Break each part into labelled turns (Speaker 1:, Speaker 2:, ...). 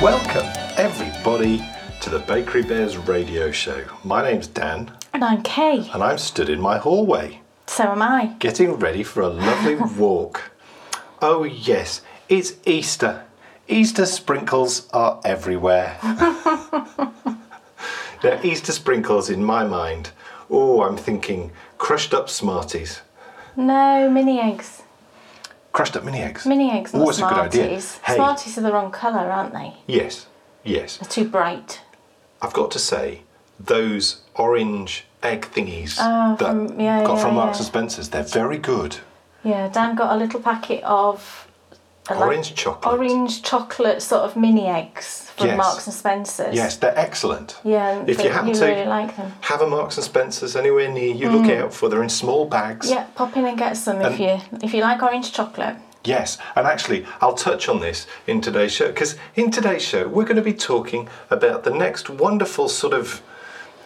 Speaker 1: Welcome, everybody, to the Bakery Bears radio show. My name's Dan,
Speaker 2: And I'm Kay.
Speaker 1: and I'm stood in my hallway,
Speaker 2: So am I.
Speaker 1: getting ready for a lovely walk. Oh, yes, it's Easter. Easter sprinkles are everywhere. now, Easter sprinkles in my mind. Oh, I'm thinking crushed up Smarties,
Speaker 2: No, mini eggs.
Speaker 1: crushed up mini eggs.
Speaker 2: Mini eggs, not
Speaker 1: Oh, it's a good
Speaker 2: Smarties.
Speaker 1: idea. Hey.
Speaker 2: Smarties are the wrong colour, aren't they?
Speaker 1: Yes, yes.
Speaker 2: They're too bright.
Speaker 1: I've got to say, those orange egg thingies that
Speaker 2: Ah, from- yeah,
Speaker 1: got
Speaker 2: yeah,
Speaker 1: from Marks
Speaker 2: yeah.
Speaker 1: and Spencer's, they're very good.
Speaker 2: Yeah, Dan got a little packet of I like
Speaker 1: Orange chocolate.
Speaker 2: orange chocolate sort of mini eggs from
Speaker 1: Yes.
Speaker 2: Marks and Spencer's.
Speaker 1: Yes, they're excellent.
Speaker 2: Yeah,
Speaker 1: If
Speaker 2: they-
Speaker 1: you happen
Speaker 2: you
Speaker 1: to
Speaker 2: really like them.
Speaker 1: have a Marks and Spencer's anywhere near you, look out for. They're in small bags.
Speaker 2: Yeah, pop in and get some if you if you like orange chocolate.
Speaker 1: Yes, and actually, I'll touch on this in today's show because in today's show, we're going to be talking about the next wonderful sort of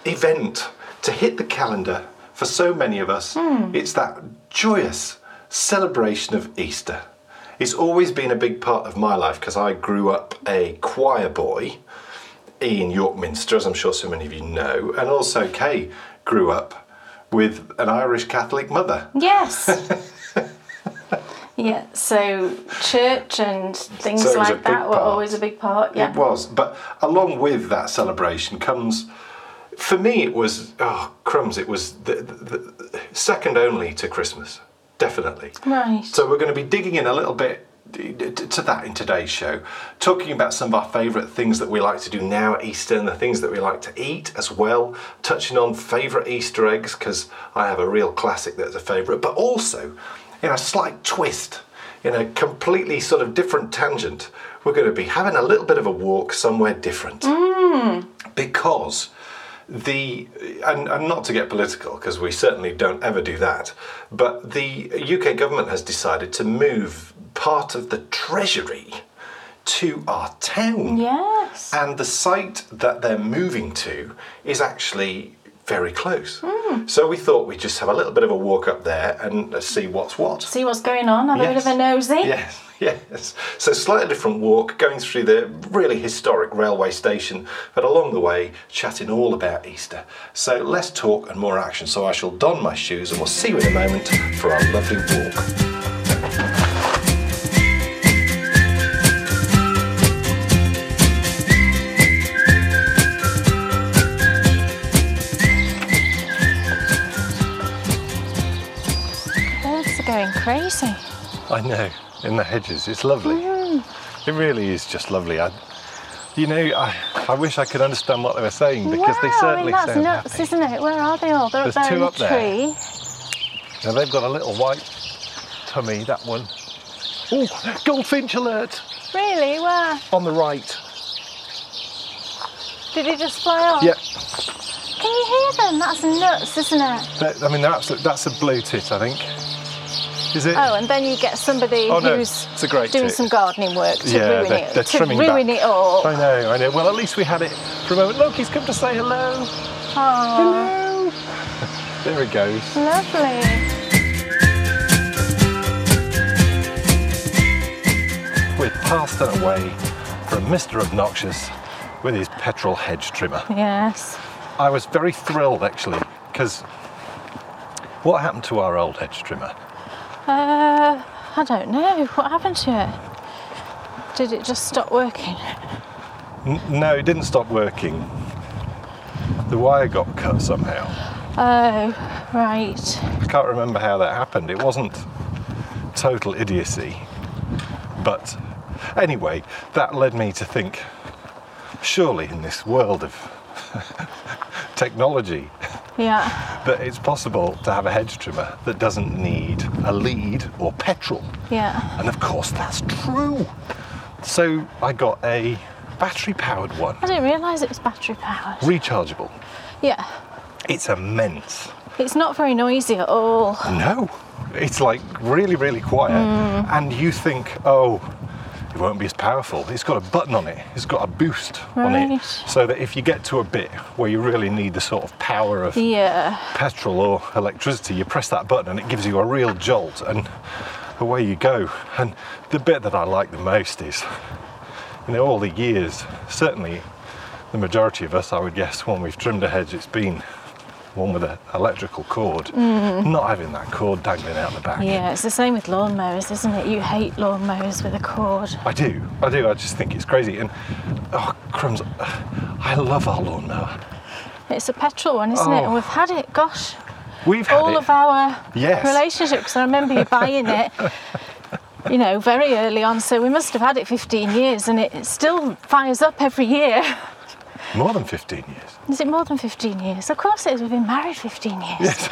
Speaker 1: event to hit the calendar for so many of us. It's that joyous celebration of Easter. It's always been a big part of my life because I grew up a choir boy in York Minster, as I'm sure so many of you know, and also Kay grew up with an Irish Catholic mother.
Speaker 2: Yes. yeah. So church and things
Speaker 1: So it was a
Speaker 2: like that
Speaker 1: big
Speaker 2: were
Speaker 1: part.
Speaker 2: always a big part. Yeah.
Speaker 1: It was. But along with that celebration comes, for me, it was, oh, crumbs, it was the, the, the- second only to Christmas, definitely.
Speaker 2: Right.
Speaker 1: So we're going to be digging in a little bit t- t- to that in today's show, talking about some of our favourite things that we like to do now at Easter and the things that we like to eat as well, touching on favourite Easter eggs, because I have a real classic that's a favourite, but also in a slight twist, in a completely sort of different tangent, we're going to be having a little bit of a walk somewhere different because the and, and not to get political because we certainly don't ever do that but the UK government has decided to move part of the treasury to our town
Speaker 2: Yes.
Speaker 1: and the site that they're moving to is actually very close so we thought we'd just have a little bit of a walk up there and uh, see what's what
Speaker 2: See what's going on. Have a bit of a nosy.
Speaker 1: Yes, yes. So slightly different walk, going through the really historic railway station, but along the way, chatting all about Easter. So less talk and more action. So I shall don my shoes, and we'll see you in a moment for our lovely walk.
Speaker 2: Birds are going crazy.
Speaker 1: I know, in the hedges, it's lovely. It really is just lovely. I, you know, I, I wish I could understand what they were saying because they
Speaker 2: wow,
Speaker 1: certainly
Speaker 2: I mean, that's
Speaker 1: sound
Speaker 2: nuts,
Speaker 1: happy.
Speaker 2: isn't it? Where are they all? They're
Speaker 1: There's
Speaker 2: up there
Speaker 1: two
Speaker 2: in the
Speaker 1: up there.
Speaker 2: tree.
Speaker 1: Now they've got a little white tummy. That one. Oh, goldfinch alert
Speaker 2: Really? Where?
Speaker 1: on the right.
Speaker 2: Did he just fly off?
Speaker 1: Yep.
Speaker 2: Can you hear them? That's nuts, isn't it?
Speaker 1: That, I mean, they're absolute, that's a blue tit, I think. Is it?
Speaker 2: Oh, and then you get somebody
Speaker 1: Oh, no,
Speaker 2: who's
Speaker 1: it's a great
Speaker 2: doing
Speaker 1: tip.
Speaker 2: some gardening work to
Speaker 1: yeah,
Speaker 2: ruin
Speaker 1: they're,
Speaker 2: it.
Speaker 1: they're
Speaker 2: to
Speaker 1: trimming
Speaker 2: ruin
Speaker 1: back.
Speaker 2: it all.
Speaker 1: I know, I know. Well, at least we had it for a moment. Look, he's come to say hello.
Speaker 2: Oh,
Speaker 1: Hello. there he goes.
Speaker 2: lovely.
Speaker 1: We're past and away from Mr. Obnoxious with his petrol hedge trimmer.
Speaker 2: Yes.
Speaker 1: I was very thrilled actually because what happened to our old hedge trimmer?
Speaker 2: Uh, I don't know. What happened to it? Did it just stop working?
Speaker 1: N- no, it didn't stop working. The wire got cut somehow.
Speaker 2: Oh, right.
Speaker 1: I can't remember how that happened. It wasn't total idiocy. But anyway, that led me to think surely in this world of technology
Speaker 2: Yeah.
Speaker 1: that it's possible to have a hedge trimmer that doesn't need a lead or petrol.
Speaker 2: Yeah.
Speaker 1: And of course, that's true. So I got a battery powered one,
Speaker 2: I didn't realise it was battery powered.
Speaker 1: rechargeable.
Speaker 2: Yeah.
Speaker 1: It's immense.
Speaker 2: It's not very noisy at all.
Speaker 1: No, it's like really, really quiet. And you think, oh, it won't be as powerful. It's got a button on it, it's got a boost on it.
Speaker 2: Right.
Speaker 1: So that if you get to a bit where you really need the sort of power of
Speaker 2: Yeah.
Speaker 1: petrol or electricity, you press that button and it gives you a real jolt and away you go. And the bit that I like the most is you know, all the years, certainly the majority of us, I would guess, when we've trimmed a hedge, it's been one with an electrical cord. Not having that cord dangling out the back.
Speaker 2: Mm. Yeah, it's the same with lawnmowers, isn't it? You hate lawnmowers with a cord.
Speaker 1: I do, I do. I just think it's crazy. And oh crumbs, I love our lawnmower.
Speaker 2: It's a petrol one, isn't it?
Speaker 1: Oh.
Speaker 2: And we've had it, gosh,
Speaker 1: We've had
Speaker 2: all
Speaker 1: it.
Speaker 2: of our
Speaker 1: Yes.
Speaker 2: relationships. I remember you buying it, you know, very early on. So we must have had it 15 years and it still fires up every year.
Speaker 1: more than 15 years.
Speaker 2: Is it more than 15 years? Of course it is. We've been married 15 years.
Speaker 1: Yes,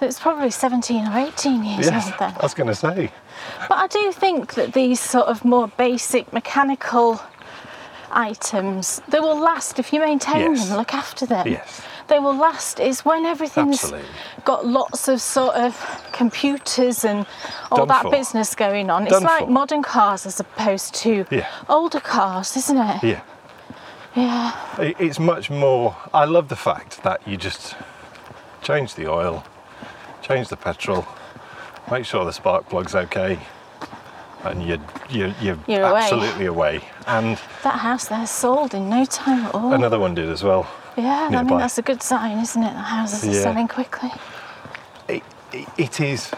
Speaker 2: It's probably 17 or 18 years
Speaker 1: yes.
Speaker 2: old then.
Speaker 1: I was going to say.
Speaker 2: But I do think that these sort of more basic mechanical items, they will last if you maintain
Speaker 1: Yes.
Speaker 2: them, look after them.
Speaker 1: Yes.
Speaker 2: They will last is when everything's
Speaker 1: Absolutely.
Speaker 2: got lots of sort of computers and all
Speaker 1: Done
Speaker 2: that
Speaker 1: for.
Speaker 2: business going on. It's
Speaker 1: Done
Speaker 2: like
Speaker 1: for.
Speaker 2: modern cars as opposed to
Speaker 1: Yeah.
Speaker 2: older cars, isn't it?
Speaker 1: Yeah.
Speaker 2: Yeah.
Speaker 1: It- It's much more. I love the fact that you just change the oil, change the petrol, make sure the spark plug's okay, and you're, you're, you're,
Speaker 2: You're away.
Speaker 1: absolutely away. And
Speaker 2: That house there sold in no time at all.
Speaker 1: another one did as well.
Speaker 2: yeah, I
Speaker 1: nearby.
Speaker 2: mean that's a good sign, isn't it? The houses are
Speaker 1: Yeah.
Speaker 2: selling quickly.
Speaker 1: It, it, it is,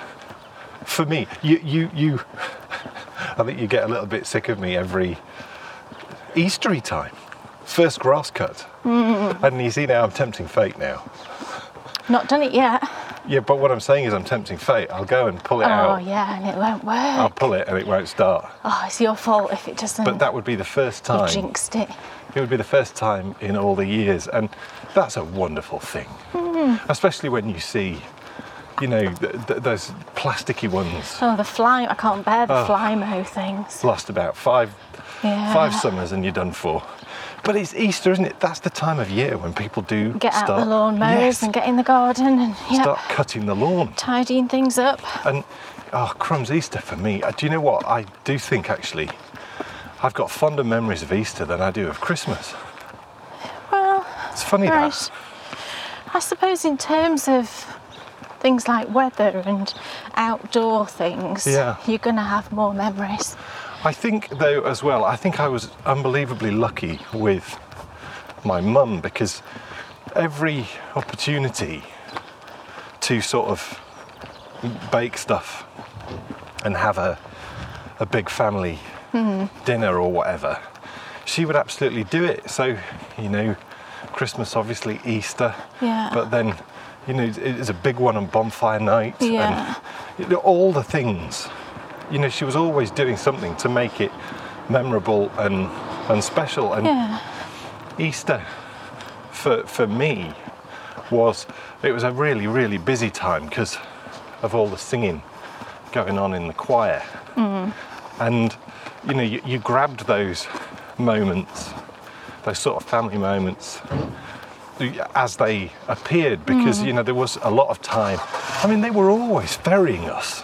Speaker 1: for me, you, you, you, I think you get a little bit sick of me every Eastery time. First grass cut.
Speaker 2: Mm.
Speaker 1: And you see now I'm tempting fate now.
Speaker 2: Not done it yet.
Speaker 1: Yeah, but what I'm saying is I'm tempting fate. I'll go and pull it
Speaker 2: Oh
Speaker 1: out.
Speaker 2: yeah, and it won't work.
Speaker 1: I'll pull it and it won't start.
Speaker 2: Oh, it's your fault if it doesn't.
Speaker 1: But that would be the first
Speaker 2: you
Speaker 1: time.
Speaker 2: jinxed it.
Speaker 1: It would be the first time in all the years, and that's a wonderful thing.
Speaker 2: Hmm.
Speaker 1: Especially when you see, you know, th- th- those plasticky ones
Speaker 2: Oh, the fly! I can't bear the
Speaker 1: Oh.
Speaker 2: fly mo things.
Speaker 1: last about five,
Speaker 2: Yeah.
Speaker 1: five summers, and you're done for. But it's Easter, isn't it? That's the time of year when people do
Speaker 2: Get out
Speaker 1: start,
Speaker 2: the lawn mowers
Speaker 1: Yes,
Speaker 2: and get in the garden and yeah,
Speaker 1: start cutting the lawn.
Speaker 2: tidying things up.
Speaker 1: And oh, crumbs, Easter for me. Uh, Do you know what? I do think actually, I've got fonder memories of Easter than I do of Christmas.
Speaker 2: Well,
Speaker 1: It's funny
Speaker 2: right.
Speaker 1: that.
Speaker 2: I suppose in terms of things like weather and outdoor things,
Speaker 1: Yeah.
Speaker 2: you're gonna have more memories.
Speaker 1: I think though as well. I think I was unbelievably lucky with my mum because every opportunity to sort of bake stuff and have a a big family
Speaker 2: Mm-hmm.
Speaker 1: dinner or whatever, she would absolutely do it. So you know, Christmas obviously, Easter,
Speaker 2: Yeah.
Speaker 1: but then you know it- it's a big one on bonfire night
Speaker 2: Yeah.
Speaker 1: and you know, all the things. You know, she was always doing something to make it memorable and and special. And
Speaker 2: Yeah.
Speaker 1: Easter for for me was it was a really really busy time because of all the singing going on in the choir, and you know you, you grabbed those moments, those sort of family moments as they appeared because you know there was a lot of time. I mean they were always ferrying us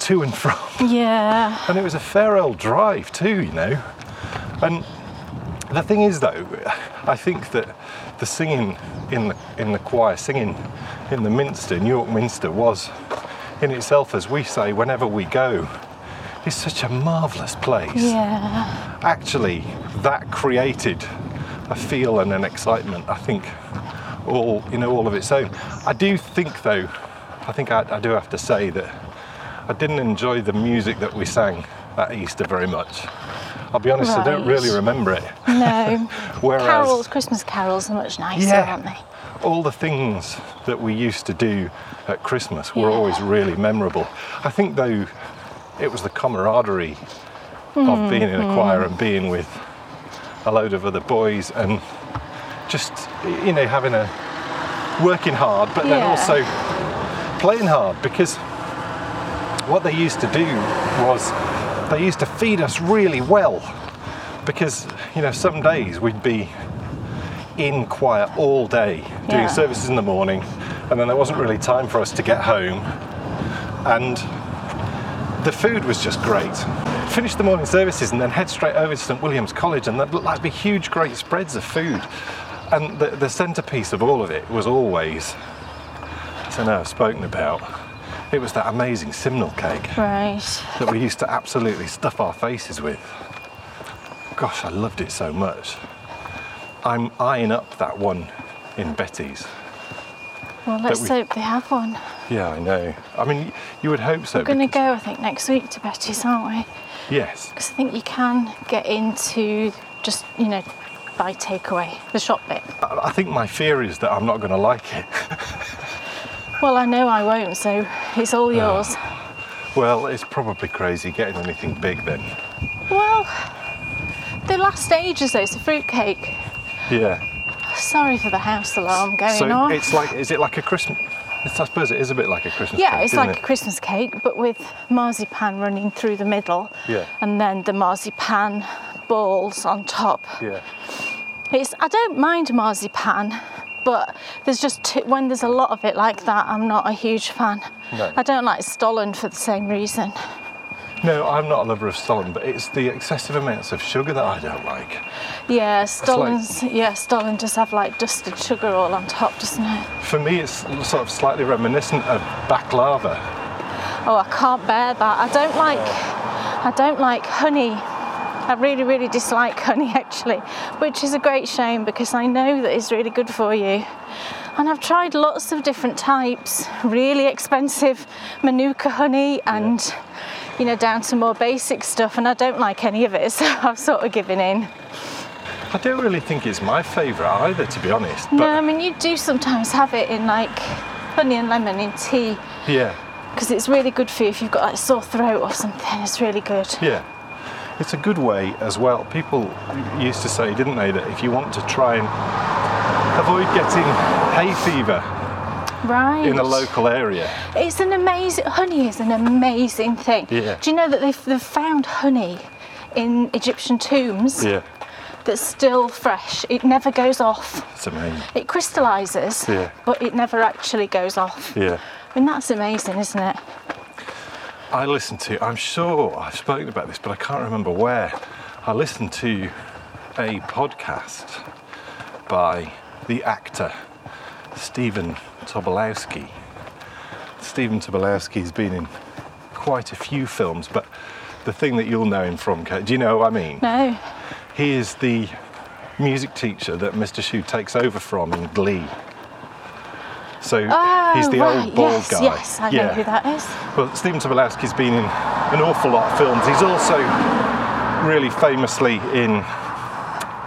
Speaker 1: to and from
Speaker 2: Yeah.
Speaker 1: and it was a fair old drive too, you know. And the thing is, though, I think that the singing in the in the choir, singing in the Minster, New York Minster, was in itself, as we say, whenever we go, is such a marvellous place.
Speaker 2: Yeah.
Speaker 1: Actually, that created a feel and an excitement. I think all you know, all of its own. I do think, though, I think I, I do have to say that I didn't enjoy the music that we sang at Easter very much. I'll be honest, I don't
Speaker 2: Right.
Speaker 1: really remember it.
Speaker 2: No.
Speaker 1: Whereas
Speaker 2: carols, Christmas carols are much nicer,
Speaker 1: Yeah.
Speaker 2: aren't they?
Speaker 1: all the things that we used to do at Christmas were
Speaker 2: Yeah.
Speaker 1: always really memorable. I think, though, it was the camaraderie
Speaker 2: Hmm,
Speaker 1: of being in a choir and being with a load of other boys and just, you know, having a working hard, but then
Speaker 2: Yeah.
Speaker 1: also playing hard because what they used to do was they used to feed us really well because you know some days we'd be in choir all day doing
Speaker 2: Yeah.
Speaker 1: services in the morning and then there wasn't really time for us to get home and the food was just great finish the morning services and then head straight over to st william's college and that looked like be huge great spreads of food and the, the centerpiece of all of it was always as i know i've spoken about it was that amazing simnel cake
Speaker 2: Right.
Speaker 1: that we used to absolutely stuff our faces with. Gosh, I loved it so much. I'm eyeing up that one in Betty's.
Speaker 2: Well, let's
Speaker 1: we-
Speaker 2: hope they have one.
Speaker 1: Yeah, I know. I mean, you would hope so.
Speaker 2: We're going to
Speaker 1: because-
Speaker 2: go, I think, next week to Betty's, aren't we?
Speaker 1: Yes.
Speaker 2: Because I think you can get into just, you know, buy takeaway, the shop bit.
Speaker 1: I I think my fear is that I'm not going to like it.
Speaker 2: Well, I know I won't, so it's all yours.
Speaker 1: Well, it's probably crazy getting anything big then.
Speaker 2: Well, they last ages though, it's a fruitcake.
Speaker 1: Yeah.
Speaker 2: Sorry for the house alarm going
Speaker 1: so
Speaker 2: on.
Speaker 1: it's like, is it like a Christmas? It's, I suppose it is a bit like a Christmas.
Speaker 2: yeah,
Speaker 1: cake,
Speaker 2: it's
Speaker 1: isn't
Speaker 2: like a
Speaker 1: it?
Speaker 2: Christmas cake, but with marzipan running through the middle,
Speaker 1: Yeah.
Speaker 2: and then the marzipan balls on top.
Speaker 1: Yeah.
Speaker 2: It's I don't mind marzipan, but there's just too, when there's a lot of it like that, I'm not a huge fan.
Speaker 1: No.
Speaker 2: I don't like Stollen for the same reason.
Speaker 1: No, I'm not a lover of Stollen, but it's the excessive amounts of sugar that I don't like.
Speaker 2: Yeah, Stollen's yeah, Stollen does have like dusted sugar all on top, doesn't it?
Speaker 1: For me, it's sort of slightly reminiscent of baklava.
Speaker 2: Oh, I can't bear that. I don't like I don't like honey. I really, really dislike honey actually, which is a great shame because I know that it's really good for you. And I've tried lots of different types, really expensive Manuka honey and you know, down to more basic stuff and I don't like any of it, so I've sort of given in.
Speaker 1: I don't really think it's my favourite either, to be honest. But
Speaker 2: no, I mean you do sometimes have it in like honey and lemon in tea
Speaker 1: yeah,
Speaker 2: because it's really good for you if you've got like sore throat or something, it's really good.
Speaker 1: yeah. It's a good way as well. People used to say, didn't they, that if you want to try and avoid getting hay fever
Speaker 2: Right.
Speaker 1: in a local area,
Speaker 2: It's an amazing honey is an amazing thing.
Speaker 1: Yeah.
Speaker 2: Do you know that they've, they've found honey in Egyptian tombs
Speaker 1: yeah,
Speaker 2: that's still fresh. It never goes off.
Speaker 1: it's amazing.
Speaker 2: It crystallizes,
Speaker 1: Yeah.
Speaker 2: but it never actually goes off.
Speaker 1: Yeah.
Speaker 2: I mean that's amazing, isn't it?
Speaker 1: I listened to, I'm sure I've spoken about this, but I can't remember where. I listened to a podcast by the actor Stephen Tobolowsky. Stephen Tobolowsky's been in quite a few films, but the thing that you'll know him from, Kate, do you know what I mean?
Speaker 2: No.
Speaker 1: He is the music teacher that Mr. Shu takes over from in Glee. So
Speaker 2: Oh,
Speaker 1: he's the
Speaker 2: right.
Speaker 1: old bald
Speaker 2: yes,
Speaker 1: guy.
Speaker 2: Yes, I know
Speaker 1: Yeah.
Speaker 2: who that is.
Speaker 1: Well, Stephen Tobolowsky's been in an awful lot of films. He's also really famously in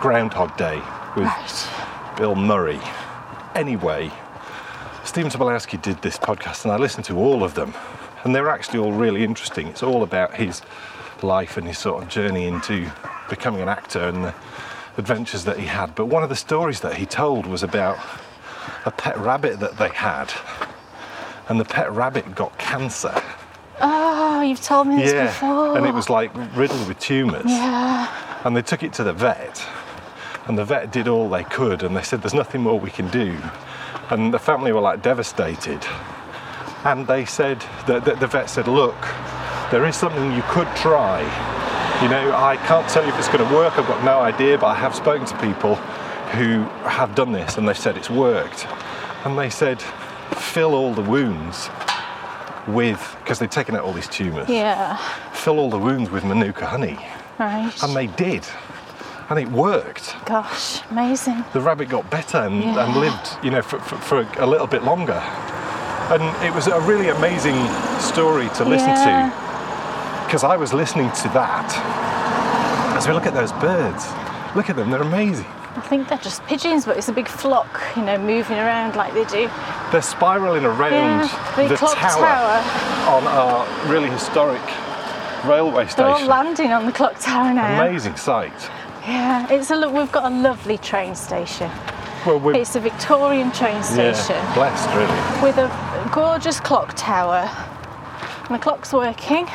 Speaker 1: Groundhog Day with
Speaker 2: Right.
Speaker 1: Bill Murray. Anyway, Stephen Tobolowsky did this podcast, and I listened to all of them, and they're actually all really interesting. It's all about his life and his sort of journey into becoming an actor and the adventures that he had. But one of the stories that he told was about a pet rabbit that they had, and the pet rabbit got cancer.
Speaker 2: Oh, you've told me this before.
Speaker 1: And it was like riddled with tumours.
Speaker 2: Yeah.
Speaker 1: And they took it to the vet. And the vet did all they could. And they said, there's nothing more we can do. And the family were like devastated. And they said, the, the, the vet said, look, there is something you could try. You know, I can't tell you if it's going to work. I've got no idea. But I have spoken to people who have done this and they've said it's worked. And they said, fill all the wounds with, because they've taken out all these tumours
Speaker 2: Yeah.
Speaker 1: fill all the wounds with manuka honey.
Speaker 2: Right.
Speaker 1: And they did. And it worked.
Speaker 2: Gosh, amazing.
Speaker 1: The rabbit got better and,
Speaker 2: Yeah.
Speaker 1: and lived, you know, for, for, for a little bit longer. And it was a really amazing story to listen
Speaker 2: Yeah.
Speaker 1: to because I was listening to that as we look at those birds. Look at them, they're amazing.
Speaker 2: I think they're just pigeons, but it's a big flock, you know, moving around like they do.
Speaker 1: They're spiraling around
Speaker 2: Yeah, the
Speaker 1: the
Speaker 2: clock
Speaker 1: tower,
Speaker 2: tower.
Speaker 1: on our really historic railway
Speaker 2: They're all
Speaker 1: station.
Speaker 2: landing on the clock tower now.
Speaker 1: Amazing sight.
Speaker 2: Yeah, it's a look. We've got a lovely train station.
Speaker 1: Well, we're
Speaker 2: It's a Victorian train
Speaker 1: yeah,
Speaker 2: station
Speaker 1: blessed, really.
Speaker 2: with a gorgeous clock tower. And the clock's working.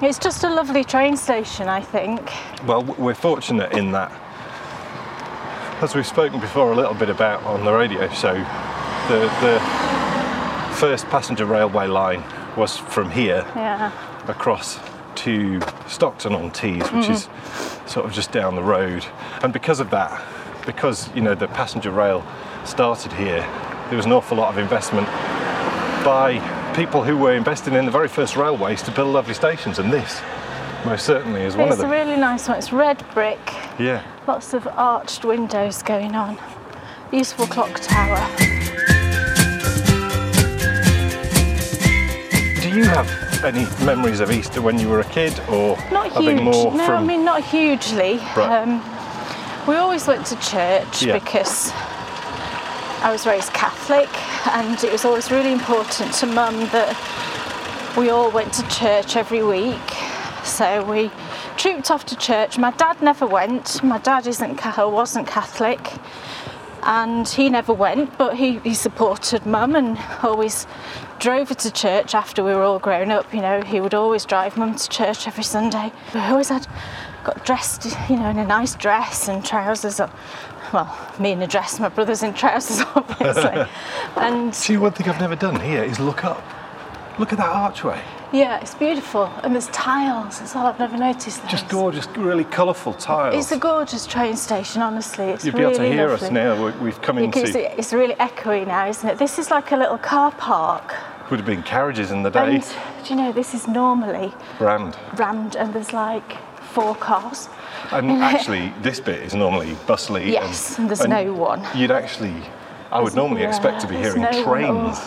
Speaker 2: It's just a lovely train station, I think.
Speaker 1: Well, w- we're fortunate in that, as we've spoken before a little bit about on the radio show, the, the first passenger railway line was from here
Speaker 2: Yeah,
Speaker 1: across to Stockton on Tees, which is sort of just down the road. And because of that, because you know the passenger rail started here, there was an awful lot of investment by people who were investing in the very first railways to build lovely stations, and this Most certainly is one of
Speaker 2: it's a
Speaker 1: them.
Speaker 2: really nice one. It's red brick,
Speaker 1: Yeah.
Speaker 2: lots of arched windows going on. Beautiful clock tower.
Speaker 1: Do you have any memories of Easter when you were a kid, or
Speaker 2: Not
Speaker 1: are they
Speaker 2: huge.
Speaker 1: more
Speaker 2: no,
Speaker 1: from
Speaker 2: I mean um, not hugely.
Speaker 1: Right.
Speaker 2: we always went to church
Speaker 1: Yeah.
Speaker 2: because I was raised Catholic, and it was always really important to Mum that we all went to church every week. So we trooped off to church. My dad never went. My dad isn't Ca- or wasn't Catholic, and he never went. But he, he supported Mum and always drove her to church after we were all grown up. You know, he would always drive Mum to church every Sunday. We always had got dressed, you know, in a nice dress and trousers. On. Well, me in a dress, my brother's in trousers, obviously. and
Speaker 1: See, one thing I've never done here is look up. Look at that archway.
Speaker 2: Yeah, it's beautiful, and there's tiles. That's all I've never noticed. Those.
Speaker 1: Just gorgeous, really colourful tiles.
Speaker 2: It's a gorgeous train station, honestly. It's
Speaker 1: You'd be
Speaker 2: really
Speaker 1: able to hear
Speaker 2: lovely.
Speaker 1: us now. we- We've come into.
Speaker 2: Because it, it's really echoey now, isn't it? This is like a little car park.
Speaker 1: Would have been carriages in the day.
Speaker 2: And do you know this is normally
Speaker 1: Rammed.
Speaker 2: rammed, and there's like four cars.
Speaker 1: And actually, this bit is normally bustly.
Speaker 2: Yes, and there's no one.
Speaker 1: You'd actually, I would normally expect to be
Speaker 2: Yeah,
Speaker 1: hearing
Speaker 2: there's no one at all.
Speaker 1: trains.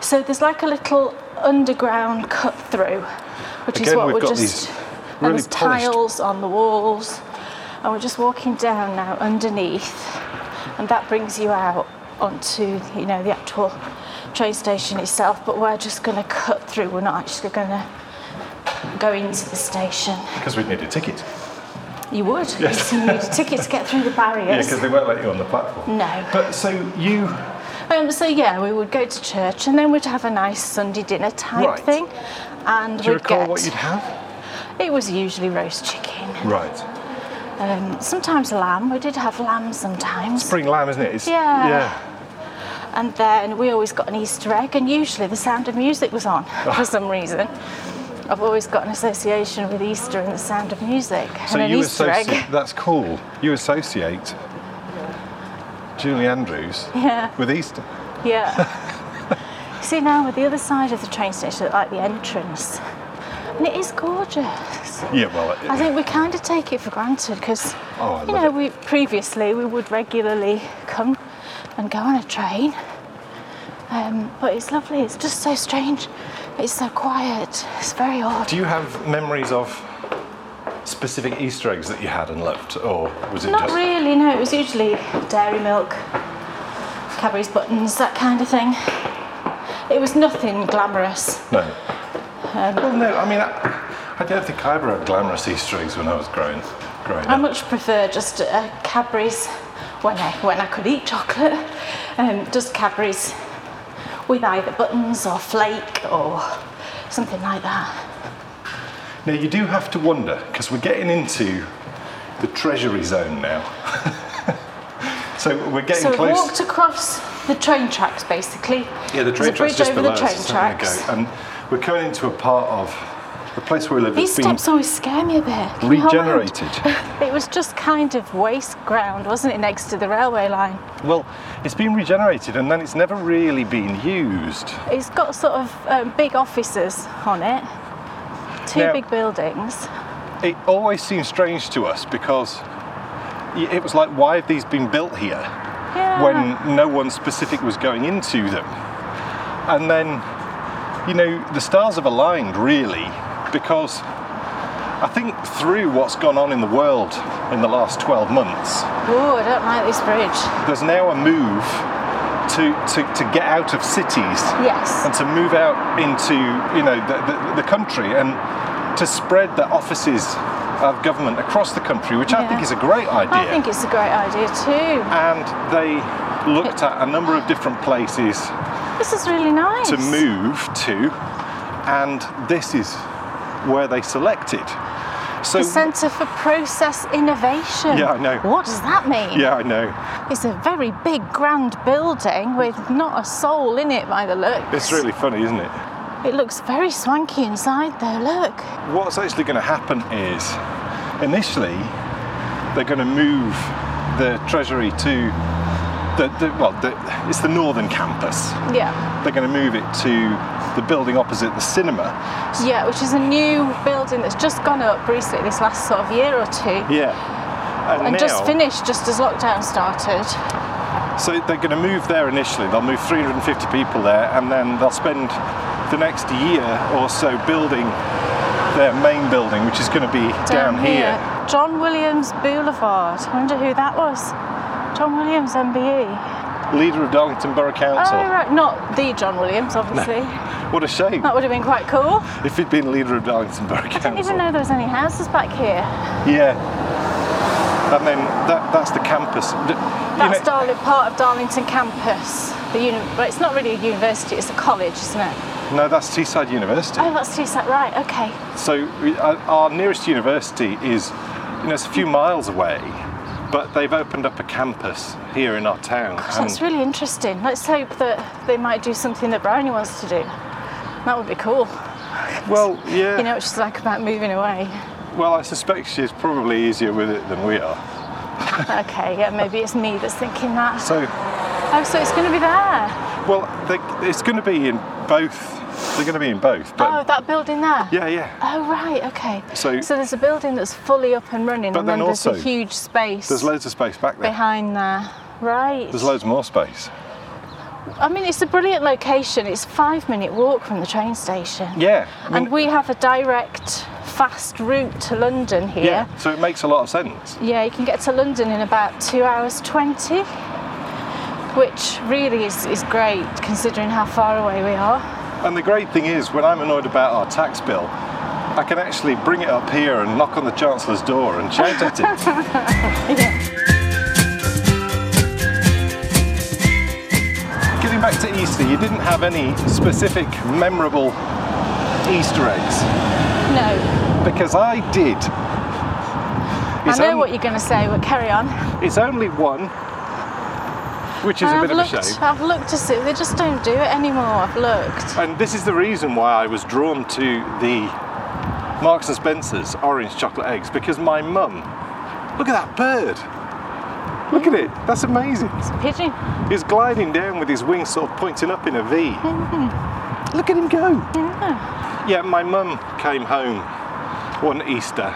Speaker 2: So there's like a little underground cut through, which is
Speaker 1: Again,
Speaker 2: what
Speaker 1: we've
Speaker 2: we're
Speaker 1: got
Speaker 2: just.
Speaker 1: these
Speaker 2: and
Speaker 1: really
Speaker 2: there's
Speaker 1: polished-
Speaker 2: tiles on the walls, and we're just walking down now underneath, and that brings you out onto you know the actual train station itself. But we're just going to cut through. We're not actually going to go into the station.
Speaker 1: Because we'd need a ticket.
Speaker 2: You would. Yes. You need a ticket to get through the
Speaker 1: Yeah,
Speaker 2: barriers.
Speaker 1: because they won't let you on the platform.
Speaker 2: no.
Speaker 1: But so you,
Speaker 2: Um, so yeah, we would go to church and then we'd have a nice Sunday dinner type
Speaker 1: Right.
Speaker 2: thing, and
Speaker 1: do you
Speaker 2: we'd
Speaker 1: recall
Speaker 2: get
Speaker 1: what you'd have?
Speaker 2: it was usually roast chicken,
Speaker 1: Right.
Speaker 2: um, sometimes lamb. We did have lamb sometimes,
Speaker 1: Spring lamb, isn't it? It's,
Speaker 2: Yeah.
Speaker 1: Yeah.
Speaker 2: and then we always got an Easter egg, and usually the Sound of Music was on
Speaker 1: Ah.
Speaker 2: for some reason. I've always got an association with Easter and the Sound of Music,
Speaker 1: So
Speaker 2: and an
Speaker 1: you
Speaker 2: Easter
Speaker 1: associate.
Speaker 2: egg.
Speaker 1: That's cool. You associate Julie Andrews
Speaker 2: Yeah.
Speaker 1: with Easter.
Speaker 2: Yeah. See now with the other side of the train station, like the entrance, and it is gorgeous.
Speaker 1: Yeah. Well.
Speaker 2: I think we kind of take it for granted because,
Speaker 1: Oh, I
Speaker 2: you
Speaker 1: love
Speaker 2: know,
Speaker 1: it.
Speaker 2: we previously we would regularly come and go on a train. Um, but it's lovely. It's just so strange. It's so quiet. It's very odd.
Speaker 1: Do you have memories of specific Easter eggs that you had and loved, or was it
Speaker 2: Not
Speaker 1: just
Speaker 2: really. No, it was usually dairy milk, Cadbury's buttons, that kind of thing. It was nothing glamorous.
Speaker 1: no?
Speaker 2: Um,
Speaker 1: well, no. I mean, I, I don't think I ever had glamorous Easter eggs when I was growing growing
Speaker 2: I
Speaker 1: up.
Speaker 2: much prefer just uh, Cadbury's when I when I could eat chocolate. Um, just Cadbury's with either buttons or flake or something like that.
Speaker 1: Now you do have to wonder because we're getting into the treasury zone now. so we're getting
Speaker 2: So we
Speaker 1: close.
Speaker 2: walked across the train tracks basically.
Speaker 1: yeah, the
Speaker 2: There's a
Speaker 1: train
Speaker 2: bridge
Speaker 1: tracks just
Speaker 2: over
Speaker 1: below us,
Speaker 2: the train
Speaker 1: it's not gonna
Speaker 2: tracks.
Speaker 1: Go. And we're coming into a part of the place where we live.
Speaker 2: These
Speaker 1: has been
Speaker 2: steps always scare me a bit. Can you hold on?
Speaker 1: regenerated.
Speaker 2: It was just kind of waste ground, wasn't it, next to the railway line?
Speaker 1: well, it's been regenerated and then it's never really been used.
Speaker 2: It's got sort of um, big offices on it, two
Speaker 1: Now-
Speaker 2: big buildings.
Speaker 1: it always seems strange to us because y- it was like, why have these been built here
Speaker 2: Yeah.
Speaker 1: when no one specific was going into them? And then, you know, the stars have aligned really because I think through what's gone on in the world in the last 12 months,
Speaker 2: Oh, I don't like this bridge.
Speaker 1: there's now a move to, to, to get out of cities
Speaker 2: Yes.
Speaker 1: and to move out into you know the, the, the country and to spread the offices of government across the country, which I
Speaker 2: Yeah.
Speaker 1: think is a great idea.
Speaker 2: I think it's a great idea too.
Speaker 1: and they looked at a number of different places
Speaker 2: This is really nice.
Speaker 1: to move to, and this is where they selected. So
Speaker 2: The Centre for Process Innovation.
Speaker 1: Yeah, I know.
Speaker 2: What does that mean?
Speaker 1: yeah, I know.
Speaker 2: It's a very big, grand building with not a soul in it by the looks.
Speaker 1: It's really funny, isn't it?
Speaker 2: It looks very swanky inside though, look.
Speaker 1: What's actually going to happen is initially they're going to move the treasury to the, the well, the, it's the northern campus.
Speaker 2: Yeah.
Speaker 1: They're going to move it to the building opposite the cinema.
Speaker 2: Yeah, which is a new building that's just gone up recently, this last sort of year or two,
Speaker 1: Yeah. And,
Speaker 2: and
Speaker 1: now,
Speaker 2: just finished just as lockdown started.
Speaker 1: So they're going to move there initially. They'll move 350 people there, and then they'll spend the next year or so building their main building, which is going to be down, here.
Speaker 2: John Williams Boulevard. I wonder who that was. John Williams, MBE.
Speaker 1: Leader of Darlington Borough Council.
Speaker 2: Oh, right. Not the John Williams, obviously.
Speaker 1: What a shame
Speaker 2: That would have been quite cool.
Speaker 1: if he'd been leader of Darlington Borough Council.
Speaker 2: I didn't even know there was any houses back here.
Speaker 1: Yeah. And then that, that's the campus. D- you
Speaker 2: That's
Speaker 1: know-
Speaker 2: Darling, part of Darlington campus. The uni- well, it's not really a university, it's a college, isn't it?
Speaker 1: no, that's Seaside University.
Speaker 2: Oh, that's too set. Right, okay.
Speaker 1: So we- our our nearest university is, you know, it's a few miles away, but they've opened up a campus here in our town.
Speaker 2: So that's really interesting. Let's hope that they might do something that Brownie wants to do. That would be cool.
Speaker 1: well, yeah.
Speaker 2: You know what she's like about moving away.
Speaker 1: well, I suspect she's probably easier with it than we are.
Speaker 2: Okay, yeah, maybe it's me that's thinking that.
Speaker 1: So,
Speaker 2: Oh, so it's going to be there.
Speaker 1: well, they, it's going to be in both. They're going to be in both, but
Speaker 2: oh, that building there.
Speaker 1: yeah, yeah.
Speaker 2: Oh right, okay.
Speaker 1: So-
Speaker 2: there's a building that's fully up and running,
Speaker 1: But
Speaker 2: and then,
Speaker 1: then
Speaker 2: there's
Speaker 1: also,
Speaker 2: a huge space
Speaker 1: There's loads of space back there.
Speaker 2: behind there. Right.
Speaker 1: There's loads more space.
Speaker 2: I mean, it's a brilliant location. It's a five-minute walk from the train station,
Speaker 1: Yeah. I mean,
Speaker 2: and we have a direct, fast route to London here.
Speaker 1: yeah. So it makes a lot of sense.
Speaker 2: Yeah, you can get to London in about two hours 20, which really is, is great considering how far away we are.
Speaker 1: And the great thing is, when I'm annoyed about our tax bill, I can actually bring it up here and knock on the Chancellor's door and shout at it. Getting back to Easter, you didn't have any specific memorable Easter eggs
Speaker 2: No,
Speaker 1: because I did. It's,
Speaker 2: I know
Speaker 1: on-
Speaker 2: what you're going to say, but carry on.
Speaker 1: it's only one, which is a
Speaker 2: I've
Speaker 1: bit of a
Speaker 2: looked,
Speaker 1: shame.
Speaker 2: I've looked to see, they just don't do it anymore. I've looked.
Speaker 1: And this is the reason why I was drawn to the Marks and Spencer's orange chocolate eggs because my mum, look at that bird. Look at it. That's amazing.
Speaker 2: It's a pigeon.
Speaker 1: He's gliding down with his wings sort of pointing up in a V. Look at him go. Yeah, my mum came home one Easter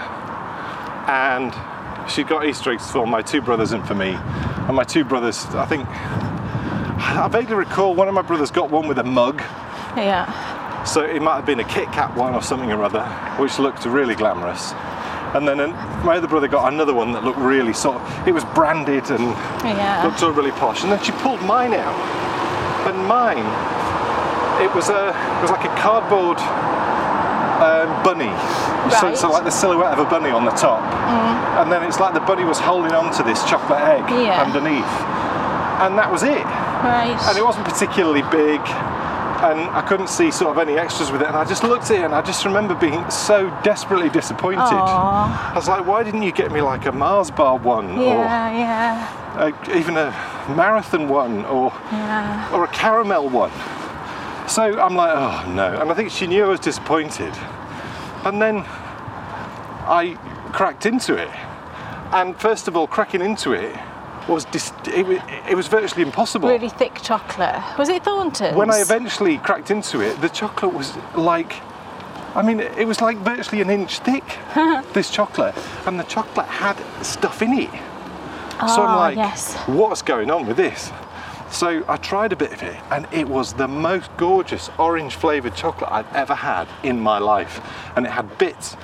Speaker 1: and she got Easter eggs for my two brothers and for me. And my two brothers, I think, I vaguely recall one of my brothers got one with a mug.
Speaker 2: Yeah.
Speaker 1: So it might have been a Kit Kat one or something or other, which looked really glamorous. And then an- my other brother got another one that looked really sort of, it was branded and
Speaker 2: Yeah.
Speaker 1: looked all really posh. And then she pulled mine out. And mine, it was a, it was like a cardboard um, bunny. So,
Speaker 2: Right. Mm.
Speaker 1: so like the silhouette of a bunny on the top. And then it's like the bunny was holding on to this chocolate egg
Speaker 2: Yeah.
Speaker 1: underneath. And that was it
Speaker 2: Right.
Speaker 1: and it wasn't particularly big and I couldn't see sort of any extras with it and I just looked at it and I just remember being so desperately disappointed.
Speaker 2: Aw.
Speaker 1: I was like, why didn't you get me like a Mars bar one
Speaker 2: Yeah, yeah,
Speaker 1: or a, even a marathon one or
Speaker 2: yeah.
Speaker 1: or a caramel one? So I'm like, oh no. And I think she knew I was disappointed. And then I cracked into it. And first of all, cracking into it was dis- it, was, it was virtually impossible.
Speaker 2: Really thick chocolate. Was it Thornton's?
Speaker 1: When I eventually cracked into it, the chocolate was like, I mean, it was like virtually an inch thick, this chocolate. And the chocolate had stuff in it. so I'm
Speaker 2: Ah,
Speaker 1: like,
Speaker 2: yes.
Speaker 1: what's going on with this? So I tried a bit of it, and it was the most gorgeous orange flavoured chocolate I've ever had in my life. And it had bits.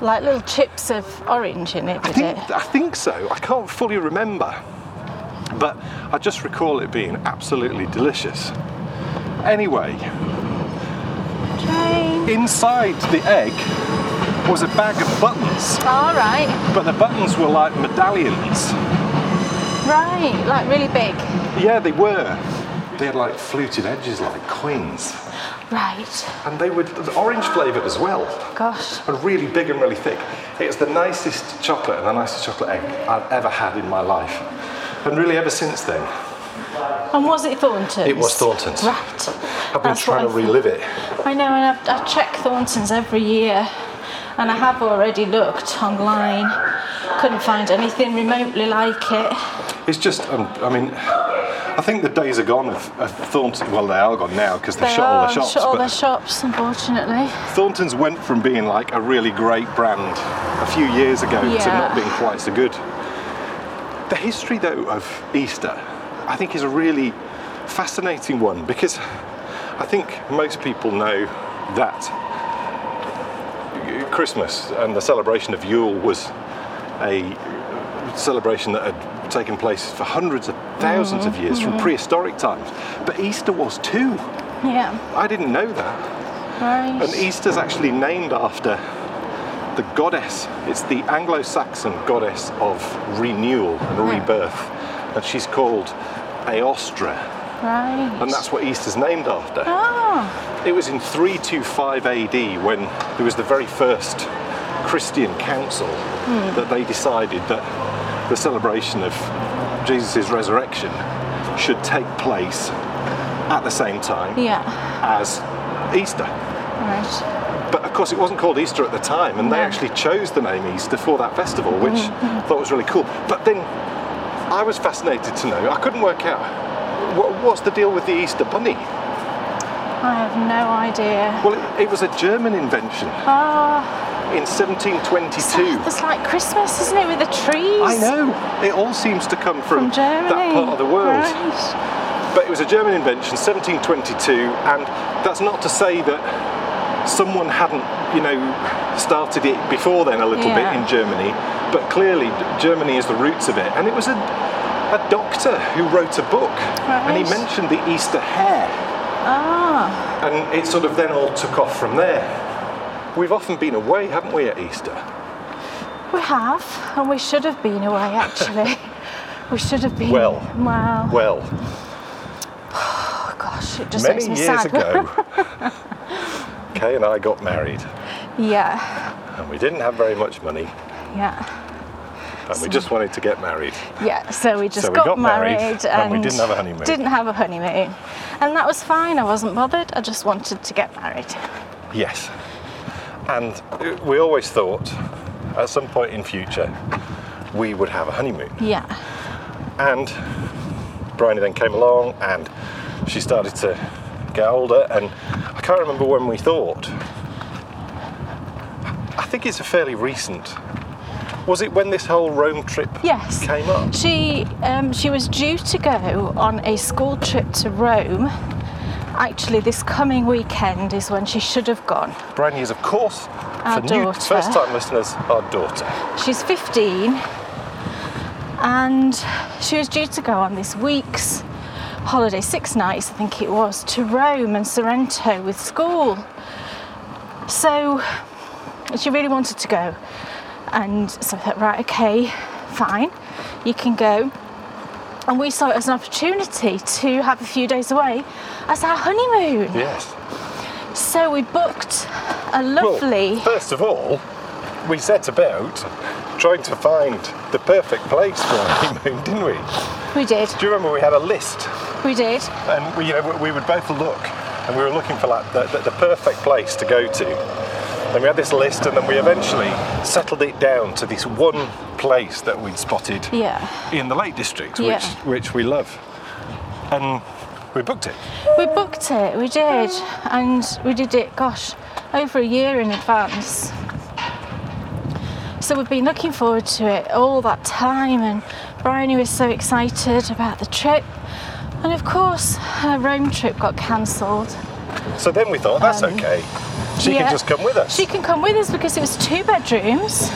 Speaker 2: like little chips of orange in it,
Speaker 1: I
Speaker 2: did
Speaker 1: think,
Speaker 2: it?
Speaker 1: I think so. I can't fully remember. But I just recall it being absolutely delicious. Anyway,
Speaker 2: Train.
Speaker 1: Inside the egg was a bag of buttons,
Speaker 2: All right,
Speaker 1: but the buttons were like medallions.
Speaker 2: right, like really big.
Speaker 1: Yeah, they were. They had like fluted edges like coins.
Speaker 2: Right,
Speaker 1: And they were orange flavoured as well.
Speaker 2: gosh.
Speaker 1: And really big and really thick. It's the nicest chocolate and the nicest chocolate egg I've ever had in my life. And really ever since then,
Speaker 2: And was it Thornton's?
Speaker 1: it was Thornton's.
Speaker 2: Right.
Speaker 1: I've been
Speaker 2: That's
Speaker 1: trying
Speaker 2: what
Speaker 1: to
Speaker 2: I
Speaker 1: relive it.
Speaker 2: think. I know, and I've, I check Thornton's every year, and I have already looked online. Couldn't find anything remotely like it.
Speaker 1: It's just, um, I mean, I I think the days are gone of, of Thornton. Well, they are gone now because they,
Speaker 2: They
Speaker 1: shut all
Speaker 2: are
Speaker 1: their shops.
Speaker 2: shut all
Speaker 1: but
Speaker 2: their shops, unfortunately.
Speaker 1: Thornton's went from being like a really great brand a few years ago to
Speaker 2: Yeah.
Speaker 1: not being quite so good. The history, though, of Easter, I think, is a really fascinating one because I think most people know that Christmas and the celebration of Yule was a celebration that had taken place for hundreds of 1000s of years from prehistoric times. But Easter was too.
Speaker 2: Yeah,
Speaker 1: I didn't know that.
Speaker 2: right.
Speaker 1: And Easter's actually named after the goddess. It's the Anglo Saxon goddess of renewal and rebirth. And she's called Aostra.
Speaker 2: right.
Speaker 1: And that's what Easter's named after.
Speaker 2: Ah,
Speaker 1: It was in 325 AD when there was the very first Christian council that they decided that the celebration of Jesus' resurrection should take place at the same time
Speaker 2: yeah.
Speaker 1: as Easter.
Speaker 2: Right.
Speaker 1: But of course, it wasn't called Easter at the time, and they
Speaker 2: No. Mm,
Speaker 1: actually chose the name Easter for that festival, which I thought was really cool. But then I was fascinated to know, I couldn't work out what, what's the deal with the Easter bunny?
Speaker 2: I have no idea.
Speaker 1: Well, it, it was a German invention
Speaker 2: Ah,
Speaker 1: in 1722.
Speaker 2: it's like Christmas, isn't it, with the trees?
Speaker 1: I know, it all seems to come from,
Speaker 2: From Germany.
Speaker 1: that part of the world.
Speaker 2: Right.
Speaker 1: But it was a German invention, 1722, and that's not to say that someone hadn't, you know, started it before then a little
Speaker 2: Yeah.
Speaker 1: bit in Germany. But clearly, Germany is the roots of it, and it was a, a doctor who wrote a book, and he
Speaker 2: Right.
Speaker 1: mentioned the Easter hare,
Speaker 2: Ah,
Speaker 1: and it sort of then all took off from there. We've often been away, haven't we, at Easter?
Speaker 2: we have, and we should have been away actually. we should have been.
Speaker 1: Well.
Speaker 2: Wow.
Speaker 1: Well,
Speaker 2: oh gosh, it just
Speaker 1: many
Speaker 2: makes me
Speaker 1: years
Speaker 2: sad.
Speaker 1: ago, Kay and I got married,
Speaker 2: yeah.
Speaker 1: and we didn't have very much money,
Speaker 2: Yeah.
Speaker 1: and we just wanted to get married.
Speaker 2: Yeah. So we just
Speaker 1: So we
Speaker 2: got,
Speaker 1: got married, and we didn't have a honeymoon.
Speaker 2: Didn't have a honeymoon, and that was fine. I wasn't bothered. I just wanted to get married.
Speaker 1: Yes. And uh, we always thought at some point in future we would have a honeymoon.
Speaker 2: Yeah.
Speaker 1: And Bryony then came along and she started to get older and I can't remember when we thought. I think it's a fairly recent. Was it when this whole Rome trip
Speaker 2: Yes.
Speaker 1: came up?
Speaker 2: She um, she was due to go on a school trip to Rome. Actually, this coming weekend is when she should have gone.
Speaker 1: Bryony is of course
Speaker 2: Our
Speaker 1: for new
Speaker 2: daughter.
Speaker 1: first time listeners, our daughter.
Speaker 2: She's 15, and she was due to go on this week's holiday, six nights, I think it was, to Rome and Sorrento with school. So she really wanted to go, and so I thought, right, okay, fine, you can go. And we saw it as an opportunity to have a few days away as our honeymoon.
Speaker 1: Yes.
Speaker 2: So we booked a lovely.
Speaker 1: Well, first of all, we set about trying to find the perfect place for our honeymoon, didn't we?
Speaker 2: we did.
Speaker 1: Do you remember we had a list,
Speaker 2: We did.
Speaker 1: and we, you know, we would both look, and we were looking for like the, the, the perfect place to go to. And we had this list, and then we eventually settled it down to this one place that we'd spotted
Speaker 2: Yeah.
Speaker 1: in the Lake District,
Speaker 2: Yeah.
Speaker 1: which which we love, and we booked it.
Speaker 2: We booked it, we did, and we did it, gosh, over a year in advance. So we've been looking forward to it all that time, and Bryony was so excited about the trip. And of course, her Rome trip got cancelled.
Speaker 1: So then we thought that's okay. She
Speaker 2: Um, Yeah.
Speaker 1: can just come with us.
Speaker 2: She can come with us because it was two bedrooms,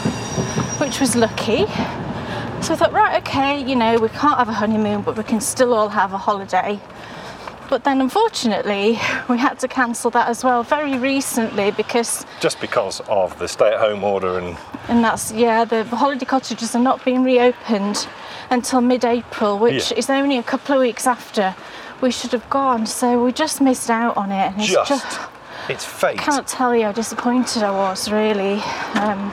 Speaker 2: which was lucky. So I thought, right, okay, you know, we can't have a honeymoon, but we can still all have a holiday. But then unfortunately, we had to cancel that as well very recently because,
Speaker 1: just because of the stay-at-home order and
Speaker 2: and that's, yeah, the holiday cottages are not being reopened until mid April, which
Speaker 1: Yeah.
Speaker 2: is only a couple of weeks after we should have gone. So we just missed out on it. And it's
Speaker 1: just,
Speaker 2: just
Speaker 1: it's fate.
Speaker 2: cannot tell you how disappointed I was, really. Um,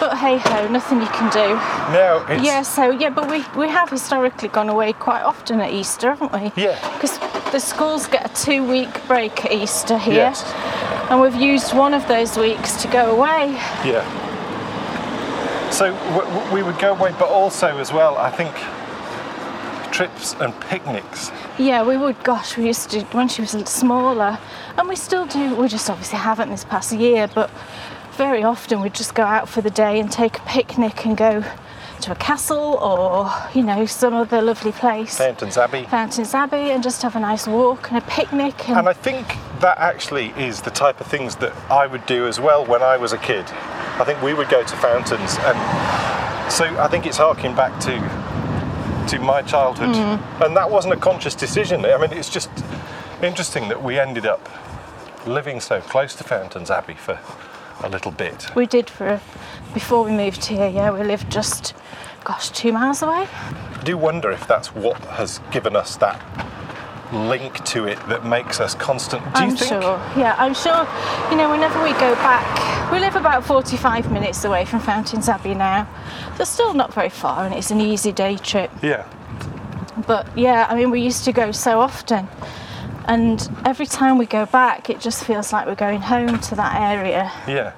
Speaker 2: but hey ho, nothing you can do.
Speaker 1: Now it's
Speaker 2: Yeah, so yeah, but we, we have historically gone away quite often at Easter, haven't we?
Speaker 1: Yeah.
Speaker 2: Because the schools get a two week break at Easter here.
Speaker 1: Yes.
Speaker 2: And we've used one of those weeks to go away.
Speaker 1: yeah. So w- w- we would go away, but also as well, I think trips and picnics.
Speaker 2: Yeah, we would. Gosh, we used to do when she was smaller, and we still do. We just obviously haven't this past year, but very often we'd just go out for the day and take a picnic and go to a castle or you know some other lovely place,
Speaker 1: Fountains Abbey.
Speaker 2: Fountains Abbey, and just have a nice walk and a picnic. And,
Speaker 1: And I think that actually is the type of things that I would do as well when I was a kid. I think we would go to fountains, and so I think it's harking back to to my childhood,
Speaker 2: Mm-hmm.
Speaker 1: and that wasn't a conscious decision. I mean, it's just interesting that we ended up living so close to Fountains Abbey for a little bit.
Speaker 2: we did for a, before we moved here. Yeah, we lived just, gosh, two miles away.
Speaker 1: I do wonder if that's what has given us that link to it that makes us constant. Do
Speaker 2: I'm
Speaker 1: you think?
Speaker 2: sure. Yeah, I'm sure. You know, whenever we go back, we live about 45 minutes away from Fountains Abbey now. So still not very far, and it's an easy day trip.
Speaker 1: Yeah.
Speaker 2: But yeah, I mean, we used to go so often, and every time we go back, it just feels like we're going home to that area.
Speaker 1: Yeah.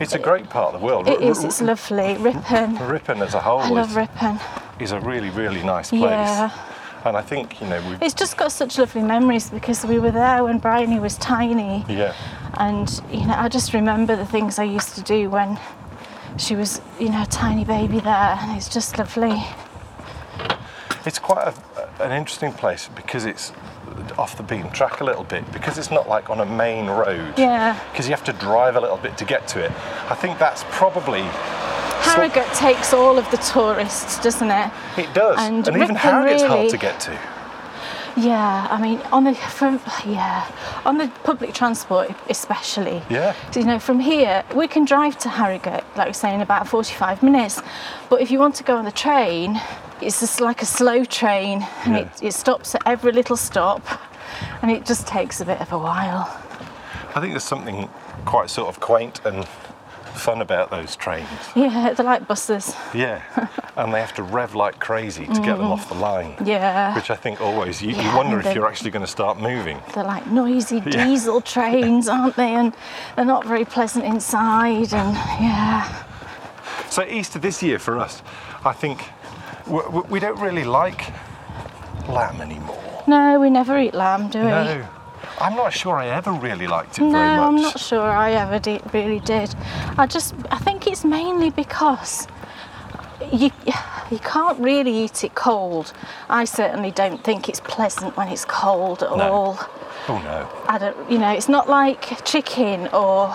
Speaker 1: It's a great part of the world.
Speaker 2: It
Speaker 1: R-
Speaker 2: is.
Speaker 1: r-
Speaker 2: It's lovely. Ripon.
Speaker 1: Ripon as a whole
Speaker 2: I love
Speaker 1: is,
Speaker 2: Ripon.
Speaker 1: is a really, really nice place.
Speaker 2: Yeah.
Speaker 1: And I think, you know, we
Speaker 2: It's just got such lovely memories because we were there when Bryony was tiny.
Speaker 1: yeah,
Speaker 2: and you know i just remember the things i used to do when she was you know a tiny baby there and it's just lovely
Speaker 1: it's quite a, an interesting place because it's off the beaten track a little bit because it's not like on a main road.
Speaker 2: Yeah.
Speaker 1: Because you have to drive a little bit to get to it. I think that's probably
Speaker 2: harrogate takes all of the tourists doesn't it
Speaker 1: it does.
Speaker 2: And
Speaker 1: even
Speaker 2: Ripon
Speaker 1: Harrogate's hard
Speaker 2: really-
Speaker 1: to get to.
Speaker 2: yeah i mean on the from yeah on the public transport especially
Speaker 1: Yeah.
Speaker 2: So, you know from here we can drive to harrogate like we we're saying about 45 minutes but if you want to go on the train it's just like a slow train and
Speaker 1: Yeah.
Speaker 2: it, it stops at every little stop and it just takes a bit of a while
Speaker 1: I think there's something quite sort of quaint and fun about those trains.
Speaker 2: yeah they're like buses
Speaker 1: Yeah. and they have to rev like crazy to get them off the line.
Speaker 2: Yeah.
Speaker 1: Which I think always you, you
Speaker 2: Yeah,
Speaker 1: wonder
Speaker 2: and
Speaker 1: if
Speaker 2: the-
Speaker 1: you're actually going to start moving.
Speaker 2: They're like noisy diesel trains, aren't they? And they're not very pleasant inside. And yeah,
Speaker 1: So Easter this year for us, I think we, we- we don't really like lamb anymore.
Speaker 2: no, we never eat lamb, do we?
Speaker 1: No, I'm not sure I ever really liked it
Speaker 2: No,
Speaker 1: very much.
Speaker 2: I'm not sure I ever did, really did. I just, I think it's mainly because you, you can't really eat it cold. I certainly don't think it's pleasant when it's cold at
Speaker 1: No.
Speaker 2: all.
Speaker 1: Oh no,
Speaker 2: I don't, you know, it's not like chicken or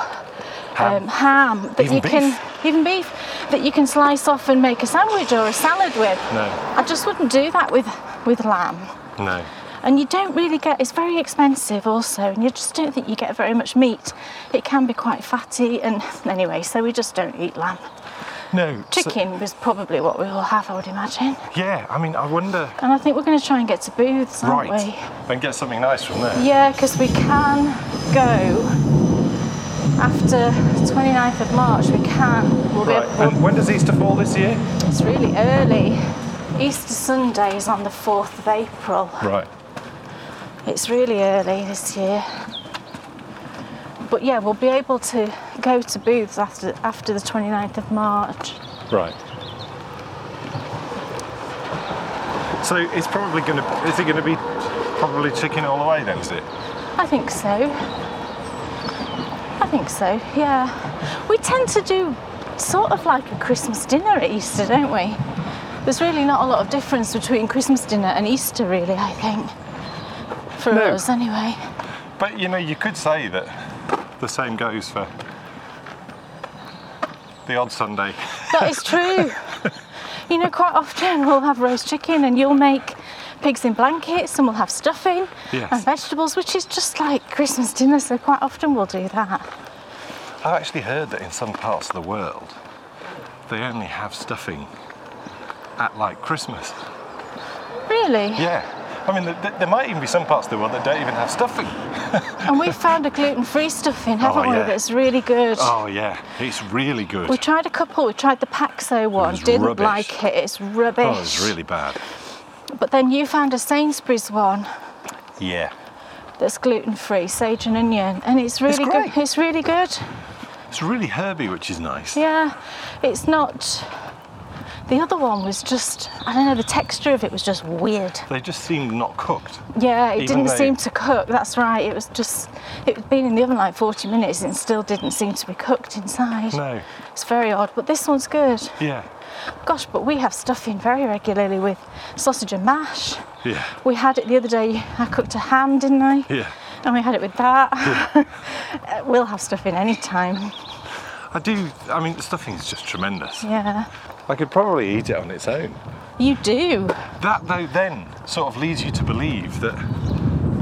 Speaker 1: Ham.
Speaker 2: Um, ham that
Speaker 1: Even
Speaker 2: you
Speaker 1: beef.
Speaker 2: can, even beef, that you can slice off and make a sandwich or a salad with.
Speaker 1: No.
Speaker 2: I just wouldn't do that with with lamb.
Speaker 1: no.
Speaker 2: And you don't really get. It's very expensive also, and you just don't think you get very much meat. It can be quite fatty, and anyway, so we just don't eat lamb.
Speaker 1: No. so-
Speaker 2: Chicken was probably what we will have, I would imagine.
Speaker 1: yeah, I mean, I wonder.
Speaker 2: And I think we're going to try and get to Booths, aren't
Speaker 1: right.
Speaker 2: we?
Speaker 1: And get something nice from there.
Speaker 2: Yeah, because we can go after 29th of March. We can. We'll be
Speaker 1: Right.
Speaker 2: able-
Speaker 1: And when does Easter fall this year?
Speaker 2: it's really early. Easter Sunday is on the 4th of April.
Speaker 1: Right.
Speaker 2: It's really early this year. But yeah, we'll be able to go to booths after after the 29th of March.
Speaker 1: Right. So it's probably going to. Is it going to be probably chicken all the way then? Is it?
Speaker 2: I think so. I think so, yeah. We tend to do sort of like a Christmas dinner at Easter, don't we? There's really not a lot of difference between Christmas dinner and Easter, really, I think. For
Speaker 1: No.
Speaker 2: us, anyway.
Speaker 1: But you know, you could say that the same goes for the odd Sunday.
Speaker 2: That is true. you know, quite often we'll have roast chicken and you'll make pigs in blankets and we'll have stuffing
Speaker 1: Yes.
Speaker 2: and vegetables, which is just like Christmas dinner, so quite often we'll do that.
Speaker 1: I've actually heard that in some parts of the world, they only have stuffing at like Christmas.
Speaker 2: Really?
Speaker 1: Yeah. I mean, th- th- there might even be some parts of the world that don't even have stuffing.
Speaker 2: And we found a gluten free stuffing, haven't
Speaker 1: Oh, yeah.
Speaker 2: we, that's really good.
Speaker 1: Oh yeah, it's really good.
Speaker 2: We tried a couple, we tried the Paxo one,
Speaker 1: was
Speaker 2: didn't
Speaker 1: rubbish.
Speaker 2: like it, it's rubbish.
Speaker 1: oh, it's really bad.
Speaker 2: But then you found a Sainsbury's one
Speaker 1: Yeah.
Speaker 2: that's gluten free, sage and onion, and it's really
Speaker 1: great.
Speaker 2: good. It's really good.
Speaker 1: It's really herby, which is nice.
Speaker 2: Yeah, it's not The other one was just, I don't know, the texture of it was just weird.
Speaker 1: They just seemed not cooked.
Speaker 2: Yeah, it
Speaker 1: Even
Speaker 2: didn't
Speaker 1: though-
Speaker 2: seem to cook. That's right. It was just, it had been in the oven like 40 minutes and still didn't seem to be cooked inside.
Speaker 1: No.
Speaker 2: It's very odd, but this one's good.
Speaker 1: Yeah.
Speaker 2: Gosh, but we have stuff in very regularly with sausage and mash.
Speaker 1: Yeah.
Speaker 2: We had it the other day. I cooked a ham, didn't I?
Speaker 1: Yeah.
Speaker 2: And we had it with that. Uh, we'll have stuff in any time.
Speaker 1: I do. I mean, the stuffing is just tremendous.
Speaker 2: Yeah.
Speaker 1: I could probably eat it on its own.
Speaker 2: You do.
Speaker 1: That, though, then sort of leads you to believe that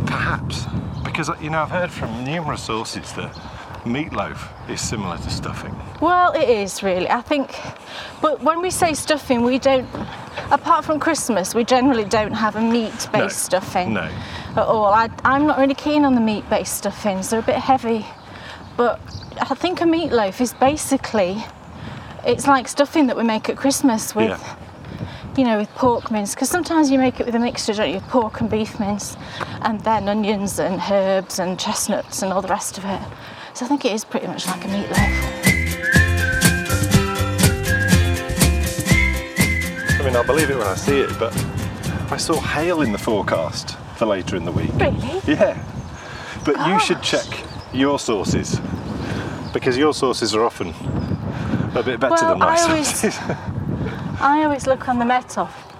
Speaker 1: perhaps, because you know, I've heard from numerous sources that meatloaf is similar to stuffing.
Speaker 2: Well, it is really. I think, but when we say stuffing, we don't, apart from Christmas, we generally don't have a meat based
Speaker 1: No.
Speaker 2: stuffing
Speaker 1: No.
Speaker 2: at all. Oh, I, I'm not really keen on the meat based stuffings, they're a bit heavy. But I think a meatloaf is basically, it's like stuffing that we make at Christmas with.
Speaker 1: Yeah.
Speaker 2: You know, with pork mince, because sometimes you make it with a mixture, don't you? Pork and beef mince, and then onions and herbs and chestnuts and all the rest of it. So I think it is pretty much like a meatloaf.
Speaker 1: I mean, I'll believe it when I see it, but I saw hail in the forecast for later in the week.
Speaker 2: Really?
Speaker 1: Yeah. But you should
Speaker 2: Gosh.
Speaker 1: check your sources because your sources are often a bit better
Speaker 2: Well,
Speaker 1: than my
Speaker 2: I always-
Speaker 1: sources.
Speaker 2: I always look on the Met Office.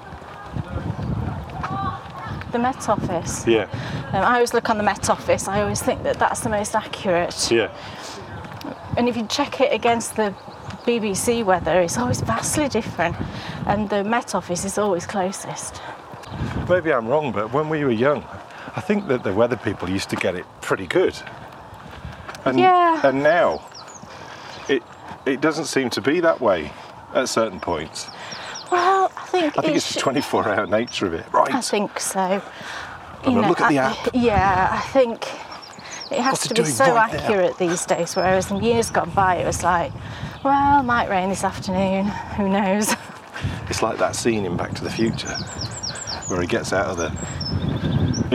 Speaker 2: The Met Office.
Speaker 1: yeah,
Speaker 2: Um, I always look on the Met Office. I always think that that's the most accurate.
Speaker 1: yeah.
Speaker 2: And if you check it against the BBC weather, it's always vastly different. And the Met Office is always closest.
Speaker 1: Maybe I'm wrong, but when we were young, I think that the weather people used to get it pretty good. And,
Speaker 2: Yeah.
Speaker 1: and now it it doesn't seem to be that way at certain points.
Speaker 2: Well, I think,
Speaker 1: I think
Speaker 2: it
Speaker 1: it's the
Speaker 2: should-
Speaker 1: 24 hour nature of it. Right.
Speaker 2: I think so. You
Speaker 1: gonna look at the
Speaker 2: I-
Speaker 1: app.
Speaker 2: Yeah, I think it has
Speaker 1: What's it
Speaker 2: to be
Speaker 1: doing
Speaker 2: so
Speaker 1: right there?
Speaker 2: accurate these days. Whereas in years gone by, it was like, well, might rain this afternoon. Who knows?
Speaker 1: It's like that scene in Back to the Future where he gets out of the.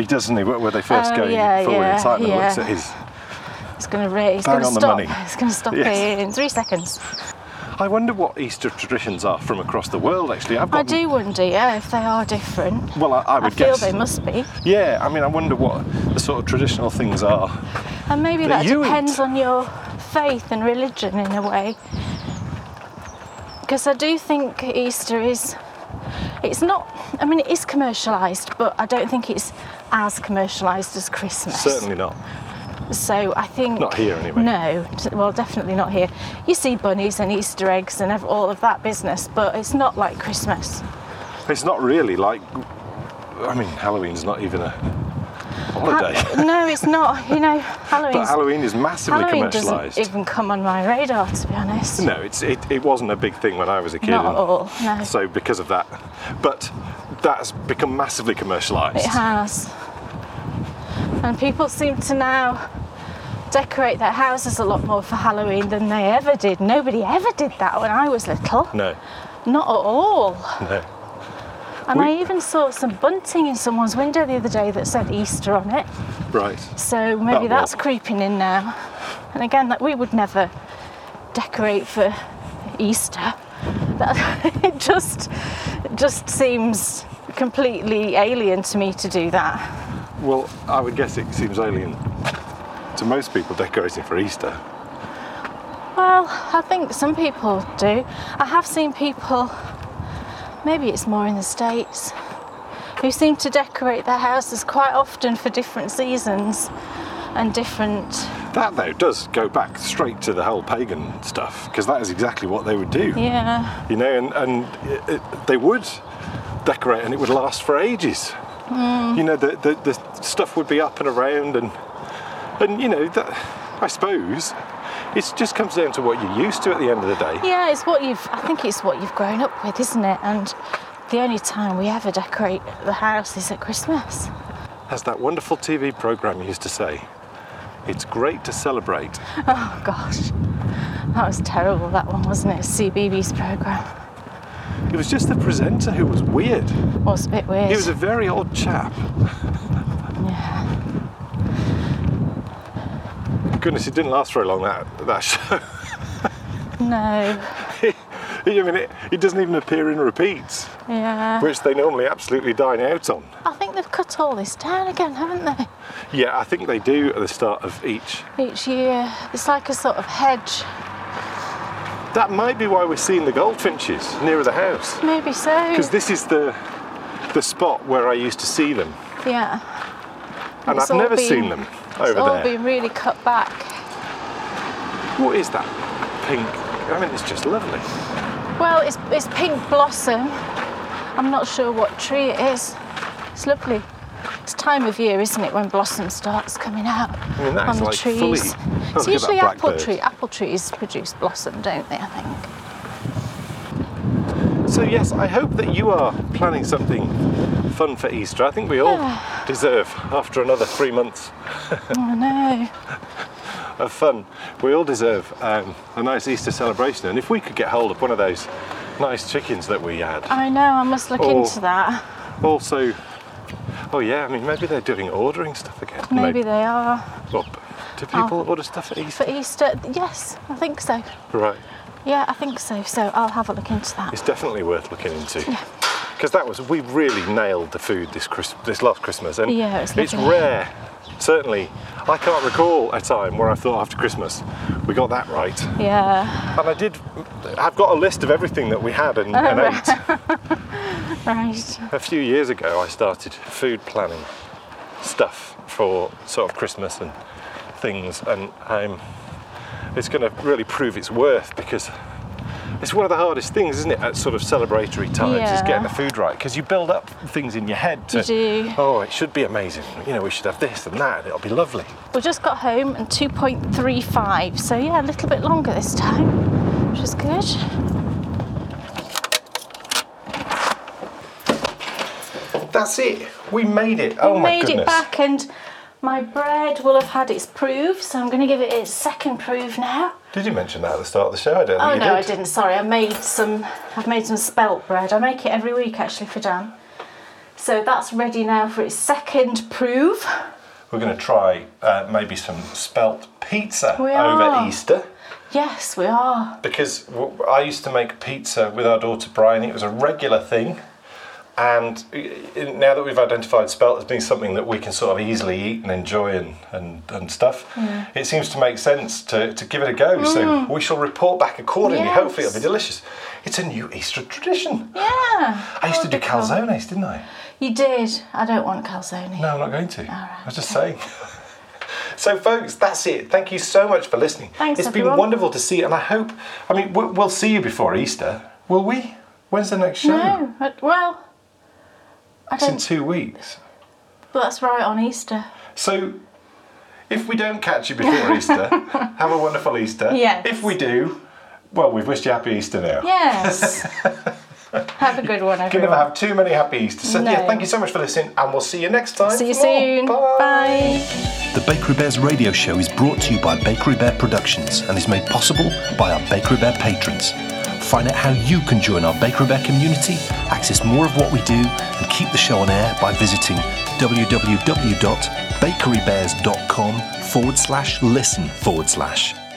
Speaker 1: He doesn't he? Where where they first
Speaker 2: Oh,
Speaker 1: go
Speaker 2: yeah,
Speaker 1: forward
Speaker 2: yeah,
Speaker 1: and Simon
Speaker 2: yeah.
Speaker 1: looks at his.
Speaker 2: It's going to rain. It's
Speaker 1: Bang
Speaker 2: going to
Speaker 1: on the
Speaker 2: stop.
Speaker 1: money.
Speaker 2: It's going to stop
Speaker 1: Yes.
Speaker 2: in three seconds.
Speaker 1: I wonder what Easter traditions are from across the world. Actually, I've
Speaker 2: I
Speaker 1: got.
Speaker 2: do wonder, yeah, if they are different.
Speaker 1: Well, I, I
Speaker 2: I
Speaker 1: would
Speaker 2: feel
Speaker 1: guess.
Speaker 2: they must be,
Speaker 1: Yeah, I mean, I wonder what the sort of traditional things are.
Speaker 2: and maybe
Speaker 1: That
Speaker 2: that
Speaker 1: you eat.
Speaker 2: depends on your faith and religion in a way. Because I do think Easter is. It's not. I mean, it is commercialised, but I don't think it's as commercialised as Christmas.
Speaker 1: Certainly not.
Speaker 2: So I think
Speaker 1: Not here, anyway.
Speaker 2: No, well, definitely not here. You see bunnies and Easter eggs and ev- all of that business, but it's not like Christmas.
Speaker 1: It's not really like. I mean, Halloween's not even a holiday,
Speaker 2: Ha- no, it's not. You know, Halloween's,
Speaker 1: but Halloween is massively
Speaker 2: Halloween
Speaker 1: commercialised.
Speaker 2: doesn't even come on my radar, to be honest.
Speaker 1: No, it's it, it wasn't a big thing when I was a kid.
Speaker 2: Not
Speaker 1: and-
Speaker 2: at all, no.
Speaker 1: So because of that, but that's become massively commercialised.
Speaker 2: It has. And people seem to now decorate their houses a lot more for Halloween than they ever did. Nobody ever did that when I was little.
Speaker 1: No,
Speaker 2: Not at all.
Speaker 1: no.
Speaker 2: And
Speaker 1: We-
Speaker 2: I even saw some bunting in someone's window the other day that said Easter on it.
Speaker 1: Right.
Speaker 2: So
Speaker 1: That
Speaker 2: maybe
Speaker 1: will-
Speaker 2: that's creeping in now. And again, that we would never decorate for Easter. That, it just it just seems completely alien to me to do that.
Speaker 1: Well, I would guess it seems alien to most people decorating for Easter.
Speaker 2: Well, I think some people do. I have seen people, maybe it's more in the States, who seem to decorate their houses quite often for different seasons and different
Speaker 1: That though does go back straight to the whole pagan stuff because that is exactly what they would do.
Speaker 2: yeah
Speaker 1: You know, and and it, it, they would decorate and it would last for ages. You know, the, the the stuff would be up and around and and you know that I suppose it just comes down to what you're used to at the end of the day.
Speaker 2: yeah it's what you've i think it's what you've grown up with isn't it and the only time we ever decorate the house is at christmas
Speaker 1: As that wonderful TV program used to say, it's great to celebrate.
Speaker 2: oh gosh that was terrible that one wasn't it cbb's program
Speaker 1: It was just the presenter who was weird.
Speaker 2: was a bit weird
Speaker 1: He was a very odd chap.
Speaker 2: yeah
Speaker 1: Goodness, it didn't last very long that that show.
Speaker 2: no
Speaker 1: I mean, it, it doesn't even appear in repeats,
Speaker 2: Yeah.
Speaker 1: which they normally absolutely dine out on.
Speaker 2: I think they've cut all this down again, haven't they?
Speaker 1: Yeah, I think they do at the start of each.
Speaker 2: Each year, it's like a sort of hedge.
Speaker 1: That might be why we're seeing the goldfinches nearer the house,
Speaker 2: Maybe so.
Speaker 1: because this is the the spot where I used to see them,
Speaker 2: yeah.
Speaker 1: and
Speaker 2: It's
Speaker 1: I've
Speaker 2: all
Speaker 1: never
Speaker 2: been-
Speaker 1: seen them over
Speaker 2: it's all
Speaker 1: there.
Speaker 2: been really cut back.
Speaker 1: What is that pink? I mean, it's just lovely.
Speaker 2: Well, it's, it's pink blossom. I'm not sure what tree it is. It's lovely. It's time of year, isn't it, when blossom starts coming out
Speaker 1: mean, that
Speaker 2: on
Speaker 1: is
Speaker 2: the
Speaker 1: like
Speaker 2: trees?
Speaker 1: fully- Oh, look
Speaker 2: it's
Speaker 1: at
Speaker 2: usually
Speaker 1: that
Speaker 2: apple
Speaker 1: blackbird.
Speaker 2: tree. Apple trees produce blossom, don't they? I think.
Speaker 1: So yes, I hope that you are planning something fun for Easter. I think we all
Speaker 2: Yeah.
Speaker 1: deserve, after another three months
Speaker 2: Oh no.
Speaker 1: of fun, we all deserve um, a nice Easter celebration. And if we could get hold of one of those nice chickens that we had,
Speaker 2: I know. I must look
Speaker 1: Oh.
Speaker 2: into that.
Speaker 1: also, oh yeah, I mean maybe they're doing ordering stuff again.
Speaker 2: Maybe they Oh. are
Speaker 1: Well, do people order stuff at
Speaker 2: for
Speaker 1: Easter?
Speaker 2: Easter. Yes, I think so.
Speaker 1: Right,
Speaker 2: Yeah, I think so. So I'll have a look into that.
Speaker 1: it's definitely worth looking into. Because that was we really nailed the food this Chris, this last Christmas, and
Speaker 2: Yeah, it was
Speaker 1: it's
Speaker 2: lovely.
Speaker 1: rare. Certainly, I can't recall a time where I thought after Christmas we got that right.
Speaker 2: Yeah.
Speaker 1: And I did. I've got a list of everything that we had and,
Speaker 2: Oh,
Speaker 1: and ate.
Speaker 2: Right.
Speaker 1: A few years ago, I started food planning stuff for sort of Christmas and things, and I'm, it's going to really prove its worth because it's one of the hardest things, isn't it, at sort of celebratory times, is
Speaker 2: Yeah.
Speaker 1: getting the food right because you build up things in your head to,
Speaker 2: You do.
Speaker 1: oh, it should be amazing, you know, we should have this and that, and it'll be lovely.
Speaker 2: We just got home and 2.35, so yeah, a little bit longer this time, which is good.
Speaker 1: That's it, we made it. oh
Speaker 2: we
Speaker 1: my
Speaker 2: made
Speaker 1: goodness.
Speaker 2: it back, and my bread will have had its proof, so I'm going to give it its second proof now.
Speaker 1: Did you mention that at the start of the show? I don't
Speaker 2: Oh
Speaker 1: think you
Speaker 2: no,
Speaker 1: did.
Speaker 2: I didn't. Sorry, I made some. I've made some spelt bread. I make it every week actually for Dan. So that's ready now for its second proof.
Speaker 1: We're going to try uh, maybe some spelt pizza
Speaker 2: We
Speaker 1: over
Speaker 2: are.
Speaker 1: Easter.
Speaker 2: Yes, we are.
Speaker 1: because w- I used to make pizza with our daughter Brian. It was a regular thing, and i- i- now that we've identified spelt as being something that we can sort of easily eat and enjoy and and, and stuff, it seems to make sense to, to give it a go. So we shall report back accordingly. Hopefully, it'll be
Speaker 2: Yes.
Speaker 1: delicious. It's a new Easter tradition.
Speaker 2: Yeah.
Speaker 1: I used to do
Speaker 2: That'll be cool.
Speaker 1: calzones, didn't I?
Speaker 2: You did. I don't want calzone.
Speaker 1: No, I'm not going to. I was just saying. so, folks, that's it. Thank you so much for listening.
Speaker 2: Thanks,
Speaker 1: It's been
Speaker 2: everyone.
Speaker 1: wonderful to see you, and I hope. I mean, we- we'll see you before Easter, will we? When's the next show?
Speaker 2: No. but- Well, I
Speaker 1: It's in
Speaker 2: don't.
Speaker 1: two weeks.
Speaker 2: But that's right on Easter.
Speaker 1: So, if we don't catch you before Easter, have a wonderful Easter.
Speaker 2: Yes.
Speaker 1: If we do, well, we've wished you happy Easter now.
Speaker 2: Yes. Have a good one,
Speaker 1: You can
Speaker 2: everyone.
Speaker 1: never have too many happy Easters. So, yeah,
Speaker 2: No.
Speaker 1: thank you so much for listening, and we'll see you next time.
Speaker 2: See you
Speaker 1: for more.
Speaker 2: soon.
Speaker 1: Bye.
Speaker 2: Bye.
Speaker 3: The Bakery Bears radio show is brought to you by Bakery Bear Productions and is made possible by our Bakery Bear patrons. Find out how you can join our Bakery Bear community, access more of what we do, and keep the show on air by visiting www.bakerybears.com forward slash listen forward slash.